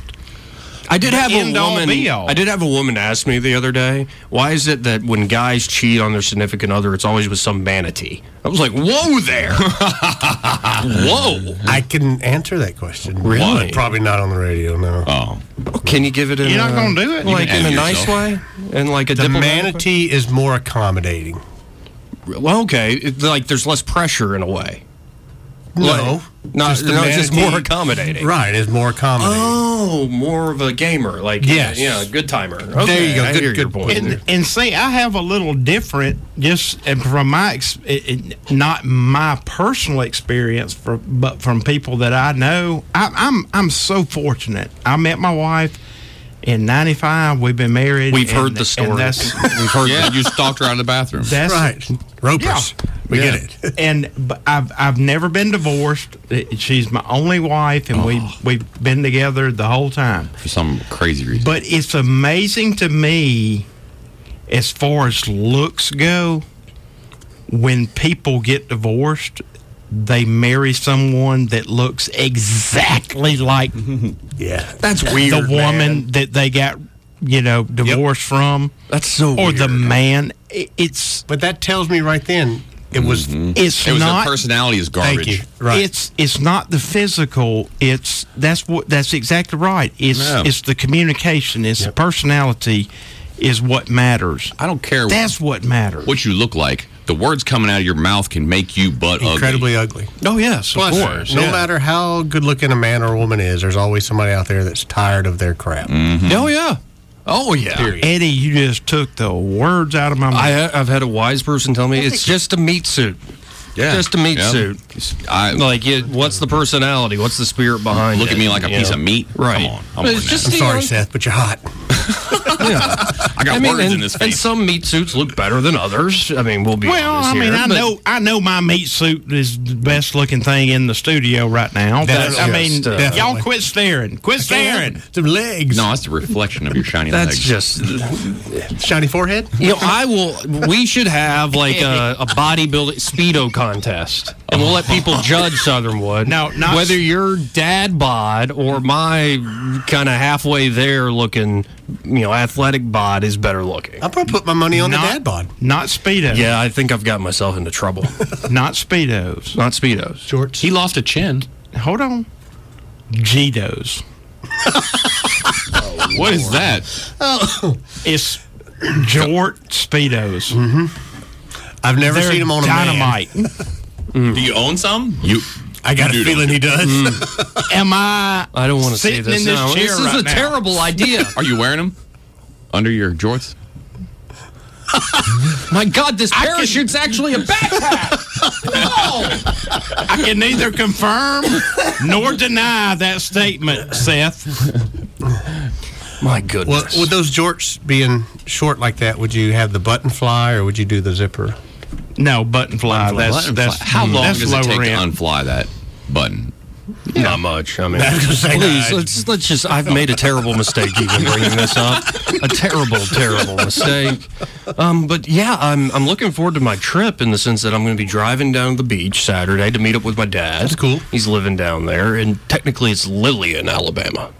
I: I did
G: the
I: have a
G: end all,
I: woman.
G: be all.
I: I did have a woman ask me the other day, why is it that when guys cheat on their significant other, it's always with some manatee? I was like, whoa there, whoa.
C: I can answer that question.
I: Really?
C: But Probably not on the radio. No.
J: Oh.
I: Can you give it? In
C: You're not
I: a-
C: gonna do it? You
I: like
C: can
I: in a
C: add
I: nice
C: yourself.
I: way, and like a
C: the
I: diplomatic way?
C: manatee is more accommodating.
I: Well, okay, it's like there's less pressure in a way.
C: No,
I: Like, not
C: just the
I: no, it's just
C: manatee-
I: more accommodating.
C: Right, it's more accommodating.
I: Oh, more of a gamer, like yeah,
C: Yes.
I: yeah, good timer.
C: There you go,
I: Oh. I
C: good-
I: hear your
C: good
I: point.
G: And, and see, I have a little different, just and from my, ex- it- it- not my personal experience, for, but from people that I know. I, I'm I'm so fortunate. I met my wife in '95. We've been married.
J: We've
G: and-
J: heard the
G: and
J: story.
G: that's-
J: We've heard yeah, you stalked her out of the bathroom.
G: That's
C: Ropers. We get
G: it. and but I've I've never been divorced. It- She's my only wife, and
J: Oh.
G: we we've been together the whole time.
J: For some crazy reason.
G: But it's amazing to me, as far as looks go, when people get divorced, they marry someone that looks exactly like
C: yeah,
I: that's
G: the woman that they got you know divorced from.
I: That's so
G: or the man. I- It's
C: but that tells me right then it was
I: Mm-hmm.
G: it's
J: it was
G: not
J: her personality is garbage.
G: Thank you. It's it's not the physical. It's that's what that's exactly right. It's
J: Yeah.
G: it's the communication. It's the personality, is what matters.
J: I don't care.
G: That's what matters.
J: What you look like, the words coming out of your mouth can make you butt
C: incredibly ugly.
G: Oh yes,
J: of course,
C: No
J: yeah.
C: matter how good looking a man or woman is, there's always somebody out there that's tired of their crap.
J: Mm-hmm.
I: Oh yeah. Oh yeah.
G: Eddie, you just took the words out of my mouth.
I: I, I've had a wise person tell me it's just a meat suit.
J: Yeah.
I: Just a meat
J: Yeah.
I: suit.
J: I,
I: like, it, what's the personality? What's the spirit behind
J: Look
I: it?
J: at me like a
I: you
J: piece
I: know?
J: of meat.
I: Right.
J: Come on. I'm,
I: But it's
J: on
I: just,
J: that.
C: I'm
I: you
C: sorry,
I: know-
C: Seth, but you're hot.
J: I got words
I: and,
J: in this
I: And
J: face.
I: some meat suits look better than others. I mean, we'll be
G: Well,
I: honest
G: I mean,
I: here,
G: I
I: but-
G: know, I know my meat suit is the best looking thing in the studio right now.
I: That's
G: But I mean,
I: just, uh,
G: y'all quit staring, quit staring.
C: Some legs.
J: No, it's the reflection of your shiny
I: That's
J: legs.
I: just
C: Shiny forehead?
I: You know, I will. We should have like a, a bodybuilding speedo contest, and we'll let people judge Southernwood.
G: No, not-
I: whether you're dad bod or my kind of halfway there looking, you know, athletic bod is better looking.
C: I'm going to put my money on the
G: Not-
C: dad bod.
G: Not speedos.
I: Yeah, I think I've got myself into trouble.
G: Not speedos.
I: Not speedos.
C: Shorts.
J: He lost a chin.
G: Hold on. Gitos.
J: What is that?
I: Oh.
G: It's Jort Speedos.
I: Mm-hmm.
C: I've never
G: They're
C: seen him on a man.
G: dynamite.
J: Do you own some? You.
C: I got
J: You
C: a
J: do,
C: feeling he does.
G: Am I?
I: I don't want to say
G: Sitting
I: this.
G: in this
I: now.
G: chair
I: this is
G: right
I: a
G: now.
I: terrible idea.
J: Are you wearing them under your jorts?
I: My God, this parachute's actually a backpack.
G: I can neither confirm nor deny that statement, Seth.
I: My
C: Well,
I: goodness.
C: would those jorts being short like that, would you have the button fly or would you do the zipper?
G: No, button fly.
J: Unfly-
G: that's
J: unfly-
G: that's mm,
J: how long
G: that's
J: does it
G: lower
J: take
G: end.
J: to unfly that button?
I: Not much. I mean,
C: was gonna say,
I: please
C: I-
I: let's let's just. I've made a terrible mistake even bringing this up. A terrible, terrible mistake. Um, but yeah, I'm I'm looking forward to my trip in the sense that I'm going to be driving down to the beach Saturday to meet up with my dad. That's
C: cool.
I: He's living down there, and technically it's Lillian, Alabama,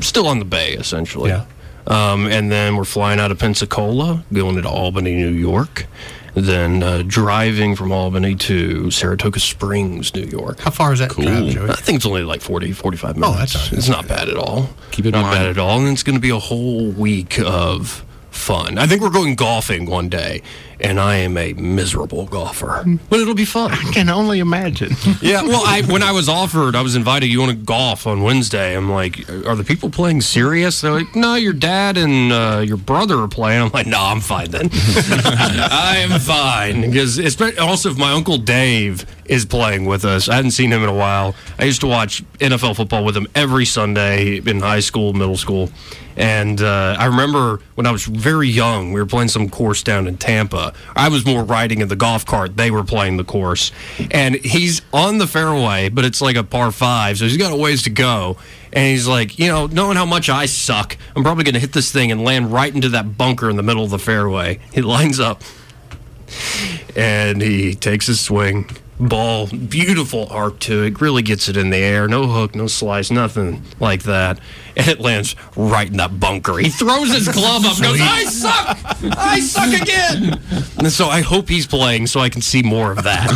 I: still on the bay essentially.
C: Yeah.
I: Um, and then we're flying out of Pensacola, going into Albany, New York. Then uh, driving from Albany to Saratoga Springs, New York.
C: How far is that cool. drive, Joey?
I: I think it's only like 40, 45 minutes.
C: Oh, that's all right.
I: It's not bad at all.
J: Keep it in
I: not
J: mind.
I: bad at all. And it's going to be a whole week of fun. I think we're going golfing one day. and I am a miserable golfer.
C: Hmm.
G: But it'll be fun. I can only imagine.
I: Yeah, well, I, when I was offered, I was invited. You want to golf on Wednesday? I'm like, are the people playing serious? They're like, no, your dad and uh, your brother are playing. I'm like, no, I'm fine then. I am fine because it's been- also if my uncle Dave is playing with us. I hadn't seen him in a while. I used to watch NFL football with him every Sunday in high school, middle school, and uh, I remember when I was very young, we were playing some course down in Tampa. I was more riding in the golf cart; they were playing the course, and he's on the fairway, but it's like a par five, so he's got a ways to go. And he's like, you know, knowing how much I suck, I'm probably going to hit this thing and land right into that bunker in the middle of the fairway. He lines up and he takes his swing. Ball, beautiful arc to it. Really gets it in the air. No hook, no slice, nothing like that. And it lands right in that bunker. He throws his glove up. and Goes, I suck. I suck again. And so I hope he's playing so I can see more of that.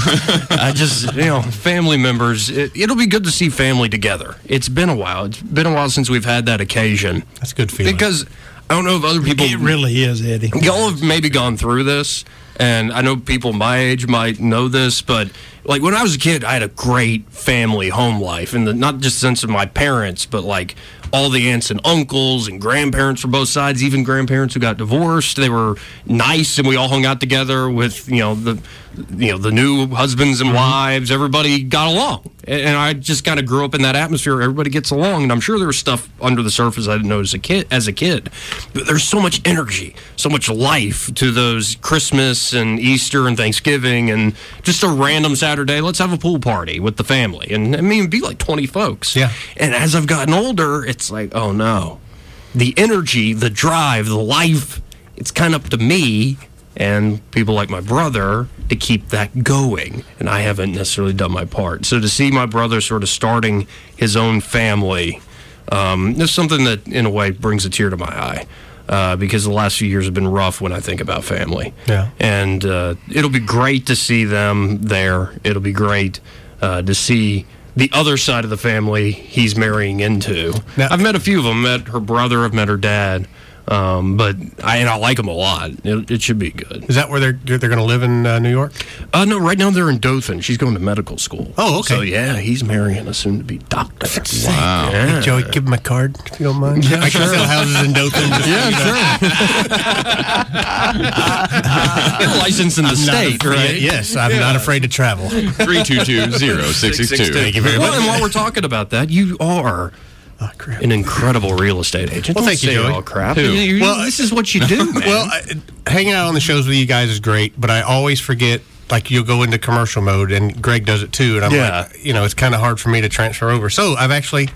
I: I just, you know, family members, it, it'll be good to see family together. It's been a while. It's been a while since we've had that occasion. That's a good feeling. Because I don't know if other people.
M: It really is, Eddie.
I: Y'all have maybe gone through this, and I know people my age might know this, but like when I was a kid, I had a great family home life, and the, not just sense of my parents, but like all the aunts and uncles and grandparents from both sides, even grandparents who got divorced. They were nice, and we all hung out together with you know the you know the new husbands and wives. Everybody got along, and, and I just kind of grew up in that atmosphere. Where everybody gets along, and I'm sure there was stuff under the surface I didn't notice a kid as a kid. But there's so much energy, so much life to those Christmas and Easter and Thanksgiving, and just a random Saturday. Let's have a pool party with the family, and I mean, it'd be like 20 folks. Yeah. And as I've gotten older, it's like, oh no, the energy, the drive, the life. It's kind of up to me and people like my brother to keep that going. And I haven't necessarily done my part. So to see my brother sort of starting his own family, um, there's something that, in a way, brings a tear to my eye. Uh, because the last few years have been rough when I think about family.
C: Yeah.
I: And uh, it'll be great to see them there. It'll be great uh, to see the other side of the family he's marrying into. I've met a few of them. Met her brother. I've met her dad. Um, but I and I like them a lot. It, it should be good.
C: Is that where they're they're going to live in uh, New York?
I: Uh, no, right now they're in Dothan. She's going to medical school.
C: Oh, okay.
I: So yeah, he's marrying a soon-to-be doctor.
C: Wow. Hey, Joey, give him a card if you don't mind.
I: Yeah,
C: I can
I: sure.
C: sell houses in Dothan. just so
I: Yeah,
C: you know.
I: You're licensed in the
C: I'm not
I: state,
C: afraid-
I: right?
C: Yes, I'm not afraid to travel.
J: 322-0662.
I: Thank you very much. Well, and while we're talking about that, you are an incredible real estate agent.
C: Well,
I: Don't
C: thank you,
I: say
C: Joey.
I: all crap.
C: Who?
I: You- you-
C: Well,
I: this is what you do, man.
C: well, I, hanging out on the shows with you guys is great, but I always forget. Like you'll go into commercial mode, and Greg does it too, and I'm
I: Yeah.
C: like, you know, it's kind of hard for me to transfer over. So I've actually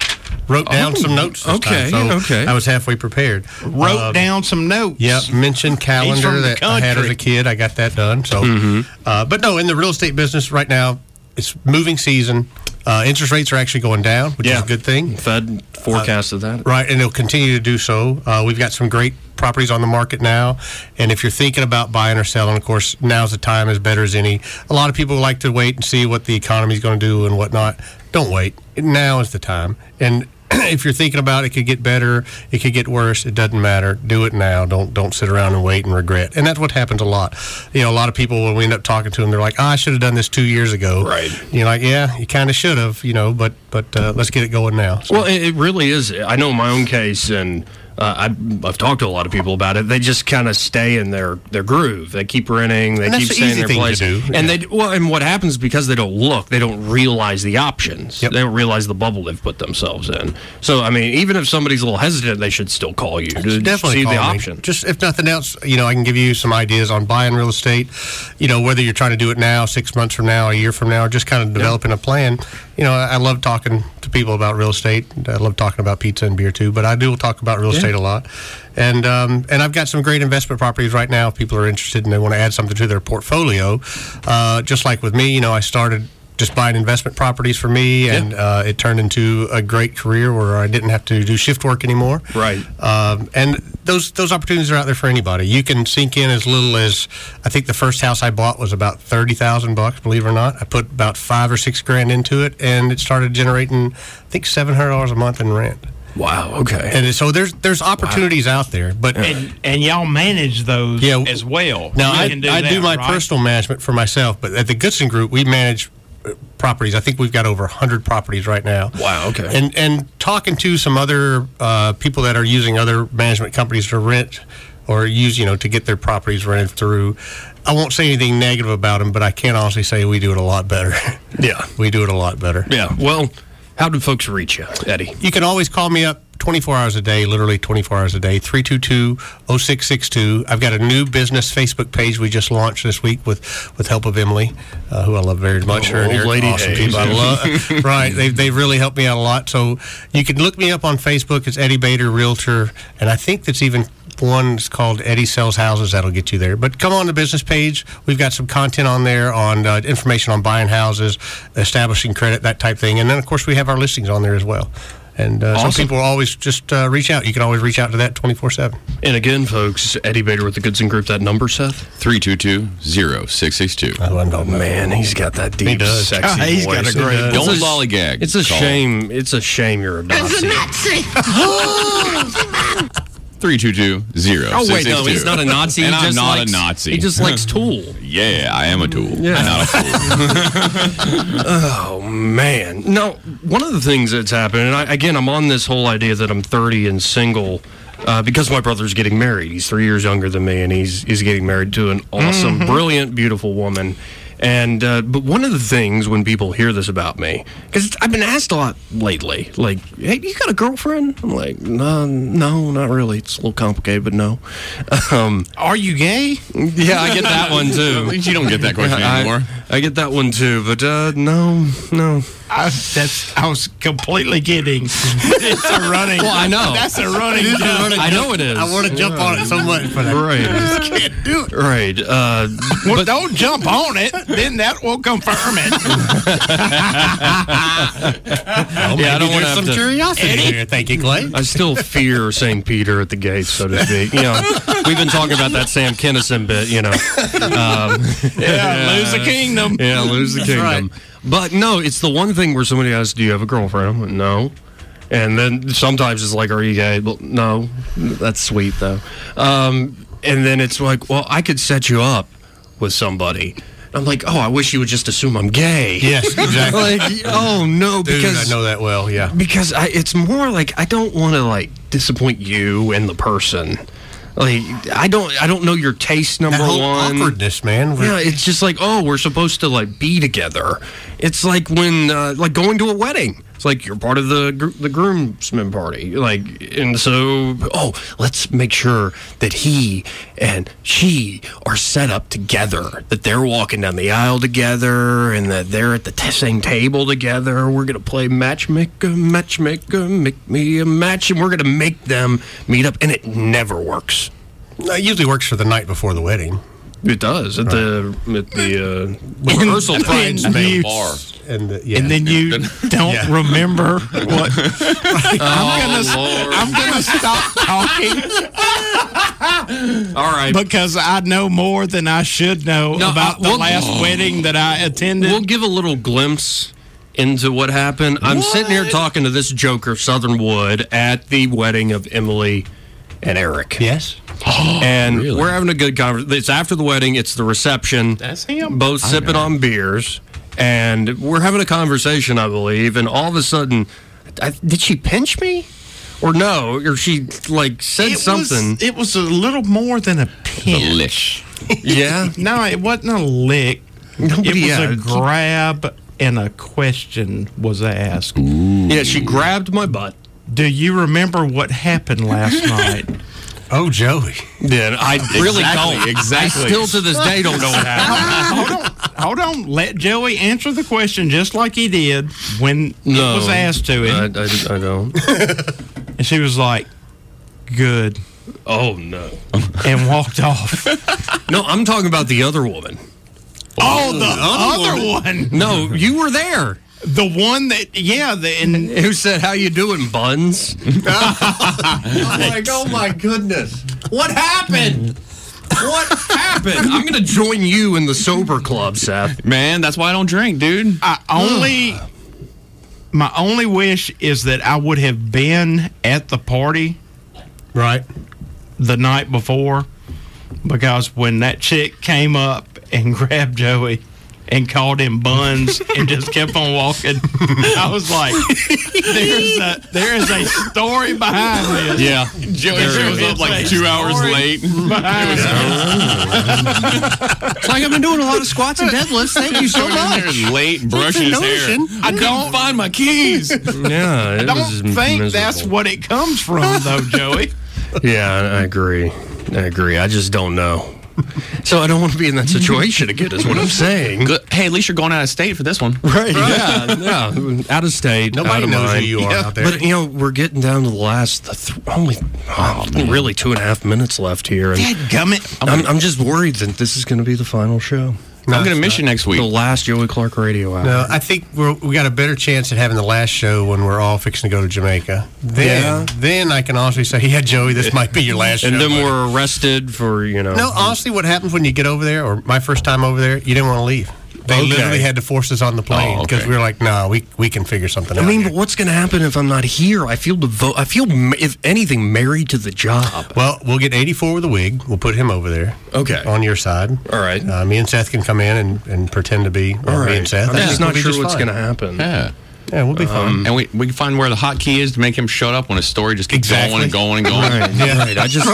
C: wrote down
G: Oh,
C: some notes. This
G: okay,
C: time, so
G: okay.
C: I was halfway prepared.
G: Wrote
C: Um,
G: down some notes.
C: Yep, mentioned calendar
G: the
C: that I had as a
G: country. Mm-hmm.
C: kid. I got that done. So, uh, but no, in the real estate business right now, it's moving season. Uh, interest rates are actually going down, which is a good thing.
I: Fed forecasted that.
C: Right, and it'll continue to do so. Uh, we've got some great properties on the market now, and if you're thinking about buying or selling, of course, now's the time as better as any. A lot of people like to wait and see what the economy's going to do and whatnot. Don't wait. Now is the time. And if you're thinking about it could get better, it could get worse. It doesn't matter. Do it now. Don't don't sit around and wait and regret. And that's what happens a lot. You know, a lot of people when we end up talking to them, they're like, "Ah, "I should have done this two years ago." Right. You're like, "Yeah, you kind of should have." You know, but but uh, let's get it going now.
I: Well, it, it really is. I know my own case, and uh, I've, I've talked to a lot of people about it. They just kind of stay in their, their groove. They keep renting. They
C: And that's
I: keep
C: the
I: staying in
C: easy
I: their
C: thing to
I: place.
C: do,
I: And they well, and what happens because they don't look, they don't realize the options. They don't realize the bubble they've put themselves in. So I mean, even if somebody's a little hesitant, they should still call you to
C: definitely
I: see
C: call
I: the
C: me.
I: option.
C: Just if nothing else, you know, I can give you some ideas on buying real estate. You know, whether you're trying to do it now, six months from now, a year from now, or just kind of developing a plan. You know, I I love talking to people about real estate. I love talking about pizza and beer too, but I do talk about real
B: Yeah.
C: estate a lot. And um, and I've got some great investment properties right now. If people are interested and they want to add something to their portfolio, uh, just like with me, you know, I started. Just buying investment properties for me, and uh, it turned into a great career where I didn't have to do shift work anymore.
I: Right.
C: Um, and those those opportunities are out there for anybody. You can sink in as little as I think the first house I bought was about thirty thousand bucks. Believe it or not, I put about five or six grand into it, and it started generating I think seven hundred dollars a month in rent.
I: Wow. Okay.
C: And so there's there's opportunities out there, but
G: and, and y'all manage those
C: Yeah.
G: as well.
C: Now
G: You
C: I
G: can
C: do, I
G: that,
C: do my
G: right?
C: personal management for myself, but at the Goodson Group we manage uh, properties. I think we've got over 100 properties right now.
I: Wow. Okay.
C: And and talking to some other uh, people that are using other management companies to rent or use you know to get their properties rented through, I won't say anything negative about them, but I can honestly say we do it a lot better.
I: Yeah.
C: we do it a lot better.
I: Yeah. Well, how do folks reach you, Eddie?
C: You can always call me up 24 hours a day, literally 24 hours a day, 322 0662. I've got a new business Facebook page we just launched this week with with help of Emily, uh, who I love very much. Her and
I: old
C: Eric,
I: lady
C: awesome
I: days.
C: people. I love, right. They've, they've really helped me out a lot. So you can look me up on Facebook. It's Eddie Bader, Realtor. And I think that's even one that's called Eddie Sells Houses. That'll get you there. But come on the business page. We've got some content on there on uh, information on buying houses, establishing credit, that type thing. And then, of course, we have our listings on there as well. And uh,
I: Awesome.
C: some people always just uh, reach out. You can always reach out to that 24 7.
I: And again, folks, Eddie Bader with the Goodson Group. That number, Seth.
J: 322-0662.
C: Oh,
I: man, he's got that deep,
J: does.
I: sexy
J: Ah, he's got
I: voice.
J: a great He does.
I: It's
J: Don't
I: a-
J: lollygag,
I: It's a
J: Carl.
I: shame. It's a shame you're a
F: It's
I: Nazi.
F: a Nazi. Oh.
J: 322-0662.
I: Oh, wait, no, he's not a Nazi.
J: And
I: He
J: I'm
I: just
J: not
I: likes-
J: a Nazi.
I: he just likes Tool.
J: yeah, I am a tool. I'm not a
I: oh man! No, one of the things that's happened, and I, again, I'm on this whole idea that I'm 30 and single uh, because my brother's getting married. He's three years younger than me, and he's he's getting married to an awesome,
G: Mm-hmm.
M: Mhm.
I: brilliant, beautiful woman. And uh, but one of the things when people hear this about me, because I've been asked a lot lately, like, "Hey, you got a girlfriend?" I'm like, "No, no, not really. It's a little complicated, but no." Um,
G: Are you gay?
I: yeah, I get that one too.
G: At least you don't get that question
I: I-
G: anymore.
I: I, get that one too, but uh, no, no.
G: I, that's I was completely kidding. it's a running.
I: Well, I know
G: That's a running. joke.
I: I know it is. Right,
G: can't do it.
I: right. Uh,
G: Well, don't jump on it. Then that will confirm it.
I: yeah, I don't want to have
C: some
I: to-
C: curiosity here. Thank you, Clay.
I: I still fear St. Peter at the gate, so to speak. You know, we've been talking about that Sam Kennison bit. You know, um,
G: Yeah, lose the kingdom.
I: Yeah, lose the
G: That's
I: kingdom. But no, it's the one thing where somebody asks, "Do you have a girlfriend?" I'm like, no. And then sometimes it's like, "Are you gay?" Well, no, that's sweet though. Um, and then it's like, "Well, I could set you up with somebody." I'm like, "Oh, I wish you would just assume I'm gay."
C: Yes, exactly.
I: Like, oh no,
C: Dude,
I: because
C: I know that well, yeah.
I: because I, it's more like I don't want to like disappoint you and the person. Like I don't I don't know your taste number
C: That whole
I: one.
C: awkwardness, man.
I: Yeah, it's just like oh we're supposed to like be together. It's like when uh, like going to a wedding. It's like you're part of the gr- the groomsmen party. Like and so oh let's make sure that he and she are set up together. That they're walking down the aisle together and that they're at the t- same table together. We're gonna play matchmaker, matchmaker, make me a match, and we're gonna make them meet up. And it never works.
C: It usually works for the night before the wedding.
I: It does at the at the uh,
C: And-
I: rehearsal
C: and
I: time.
C: then you- And, the, yeah.
G: And then you don't
C: Yeah.
G: remember what. I'm gonna. s-
I: Lord.
G: I'm gonna stop talking.
I: All right.
G: Because I know more than I should know
I: No,
G: about
I: I-
G: the
I: we'll-
G: last wedding that I attended.
I: We'll give a little glimpse into what happened. I'm sitting here talking to this joker, Southernwood, at the wedding of Emily and Eric.
C: Yes.
G: Oh,
I: and we're having a good conversation. It's after the wedding, it's the reception.
G: That's him.
I: Both sipping on beers, and we're having a conversation, I believe, and all of a sudden, I, did she pinch me? Or no, or she like said
G: It was-
I: something.
G: it was a little more than a pinch.
I: Yeah.
G: no, it wasn't a lick.
I: Nobody
G: it was a
I: had-
G: grab and a question was asked.
I: Yeah, she grabbed my butt.
G: Do you remember what happened last night?
C: Oh, Joey.
I: Yeah, I really
G: Exactly,
I: don't.
G: exactly.
I: I still to this day don't know what happened.
G: Hold on, let Joey answer the question just like he did when
I: No,
G: it was asked to him.
I: I, I, I don't.
G: and she was like, "Good,"
I: Oh no.
G: and walked off.
I: No, I'm talking about the other woman.
G: Oh, the other one,
I: No, you were there.
G: the one that yeah, the, and
I: Who said how you doing, buns? like, oh my goodness. What happened? What happened? I'm gonna join you in the sober club, Seth.
J: Man, that's why I don't drink, dude.
G: I only my only wish is that I would have been at the party,
C: right,
G: the night before, because when that chick came up and grabbed Joey and called him buns and just kept on walking, I was like, "There's a there is a story behind this."
J: Yeah. Joey shows up like two hours late.
N: It's like I've been doing a lot of squats and deadlifts. Thank you so
J: Joey's in there
N: much.
J: Late and brushing his
N: It's an
J: hair.
N: ocean.
G: I don't find my keys.
I: Yeah,
G: I
I: it
G: don't
I: was
G: think that's
I: miserable.
G: what it comes from, though, Joey.
I: Yeah, I I agree. I agree. I just don't know. So I don't want to be in that situation again. Is what I'm saying.
J: Good. Hey, at least you're going out of state for this one.
I: Right. Yeah. Yeah. Out of state.
C: Nobody
I: out of
C: knows who
I: mind.
C: you are out there.
I: But you know, we're getting down to the last the th- only oh, really two and a half minutes left here, and
G: Dadgummit.
I: I'm, I'm just worried that this is going to be the final show.
J: I'm going to miss you next week.
I: The last Joey Clark radio hour.
C: No, I think we're, we got a better chance at having the last show when we're all fixing to go to Jamaica. Then,
I: Yeah.
C: then I can honestly say, yeah, Joey, this might be your last.
I: and
C: show.
I: then we're arrested for you know.
C: no, honestly, what happens when you get over there, or my first time over there, you didn't want to leave. They
I: Okay.
C: literally had to force us on the plane
J: Oh,
C: because
J: okay.
C: we were like, no, we we can figure something
I: I
C: out.
I: mean,
C: here."
I: but what's going to happen if I'm not here? I feel devo- I feel ma- if anything married to the job.
C: well, we'll get 84 with a wig. We'll put him over there.
I: Okay.
C: On your side.
I: All right.
C: Uh, me and Seth can come in and, and pretend to be well,
I: All
C: me
I: right.
C: and Seth.
I: I'm
C: I
I: just
C: think
I: not
C: we'll be
I: sure what's Um,
C: fine.
I: going to happen.
J: Yeah.
C: Yeah, we'll be fine.
J: And we, we can find where the hot key is to make him shut up when a story just keeps
C: Exactly.
J: going and going and going.
I: Right,
C: Yeah.
I: right. I just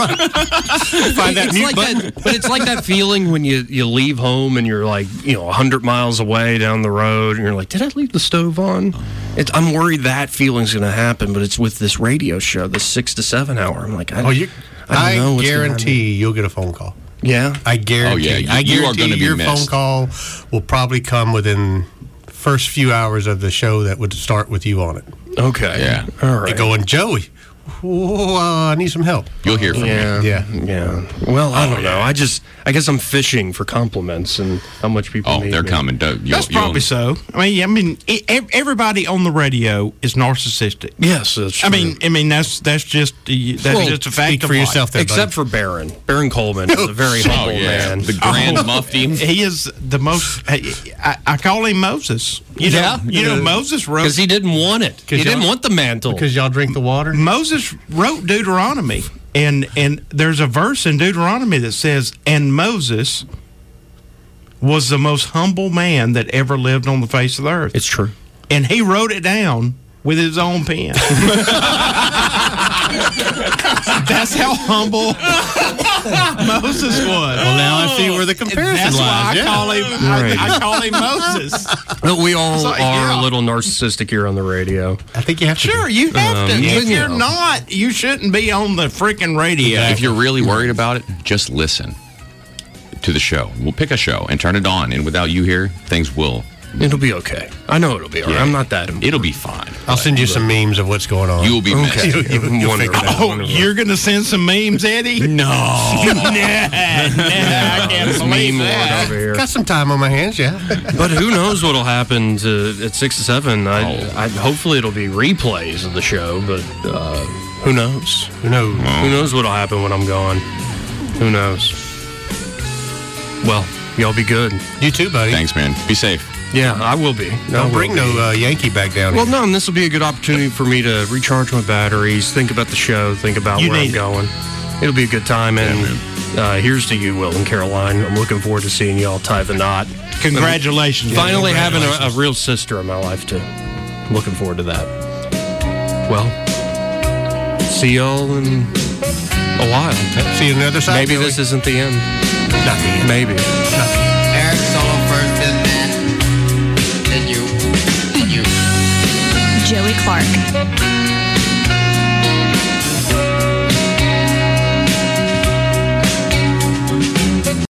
C: Find that
I: it's
C: mute
I: like
C: button.
I: that, but it's like that feeling when you you leave home and you're like you know hundred miles away down the road and you're like, did I leave the stove on? It's, I'm worried that feeling's going to happen, but it's with this radio show, this six to seven hour. I'm like, I,
C: Oh, you,
I: I,
C: I,
I: don't know what's gonna
C: guarantee you'll get a phone call.
I: happen. Yeah,
C: I guarantee.
J: yeah, you-
C: I
J: you are
C: guarantee
J: gonna be
C: your phone
J: missed.
C: call will probably come within first few hours of the show that would start with you on it.
I: okay,
J: Yeah.
I: all
C: They
I: right.
C: Going, Joey, whoa, uh, I need some help.
J: You'll hear from me.
I: Yeah.
C: Yeah.
I: Yeah. Well,
J: Oh,
I: I don't know. I just, I guess I'm fishing for compliments and how much people.
J: Oh,
I: need
J: they're
I: me.
J: coming. Doug, You'll,
G: That's probably so. I mean, I mean, e- ev- everybody on the radio is narcissistic.
I: Yes, that's
G: I
I: true.
G: mean, I mean, that's that's just that's
I: Well,
G: just a fact
C: speak
G: of
C: for
G: life.
C: yourself there,
I: except for Baron. Baron Coleman is a very
J: Oh,
I: humble
J: yeah.
I: man. Oh.
J: The Grand Mufti.
G: He is the most. I, I- I call him Moses. You know,
I: Yeah.
G: you know, Moses wrote.
I: Because he didn't want it. He
C: y'all-
I: didn't want the mantle.
C: Because y'all drink the water.
G: Moses wrote Deuteronomy, and and there's a verse in Deuteronomy that says, "And Moses was the most humble man that ever lived on the face of the earth."
I: It's true.
G: and he wrote it down with his own pen. That's how humble Moses was. Well,
C: now I see where the comparison
G: Oh, That's why I
C: lies, yeah.
G: call him.
I: Right.
G: I, I call him Moses.
I: But we all
G: like,
I: are
G: yeah.
I: a little narcissistic here on the radio.
C: I think you have to.
G: Sure,
C: do-
G: you have to.
I: Um,
G: if
I: you
G: you're
I: know.
G: not, you shouldn't be on the freaking radio.
J: If you're really worried about it, just listen to the show. We'll pick a show and turn it on. And without you here, things will.
I: It'll be okay. I know it'll be all right.
J: Yeah.
I: I'm not that.
J: It'll be fine.
C: I'll send you some memes of what's going on.
J: You'll be missed.
I: Okay.
C: you- you'll
I: Wonderful,
C: figure it out.
G: Oh,
I: wonderful.
G: you're gonna send some memes, Eddie? No, nah, nah, I can't
I: This
G: believe
I: meme
G: that.
I: lord over here.
C: Got some time on my hands, yeah.
I: But who knows what'll happen to at six to seven? I,
J: Oh.
I: I hopefully it'll be replays of the show, but uh, who knows?
C: Who knows?
I: Who knows what'll happen when I'm gone? Who knows? Well, y'all be good.
C: You too, buddy.
J: Thanks, man. Be safe.
I: Yeah, I will be. I
C: Don't
I: will
C: bring
I: be.
C: no uh, Yankee back down
I: Well,
C: here.
I: no, and this will be a good opportunity for me to recharge my batteries, think about the show, think about
G: You
I: where I'm
G: need it.
I: going. It'll be a good time, and uh, here's to you, Will and Caroline. I'm looking forward to seeing y'all tie the knot.
G: Congratulations!
I: Finally having a, a real sister in my life, too. Looking forward to that. Well, see y'all in a while.
C: See you on the other side.
I: Maybe
C: Joey.
I: this isn't the end.
C: Not the end.
I: Maybe.
C: Not the end.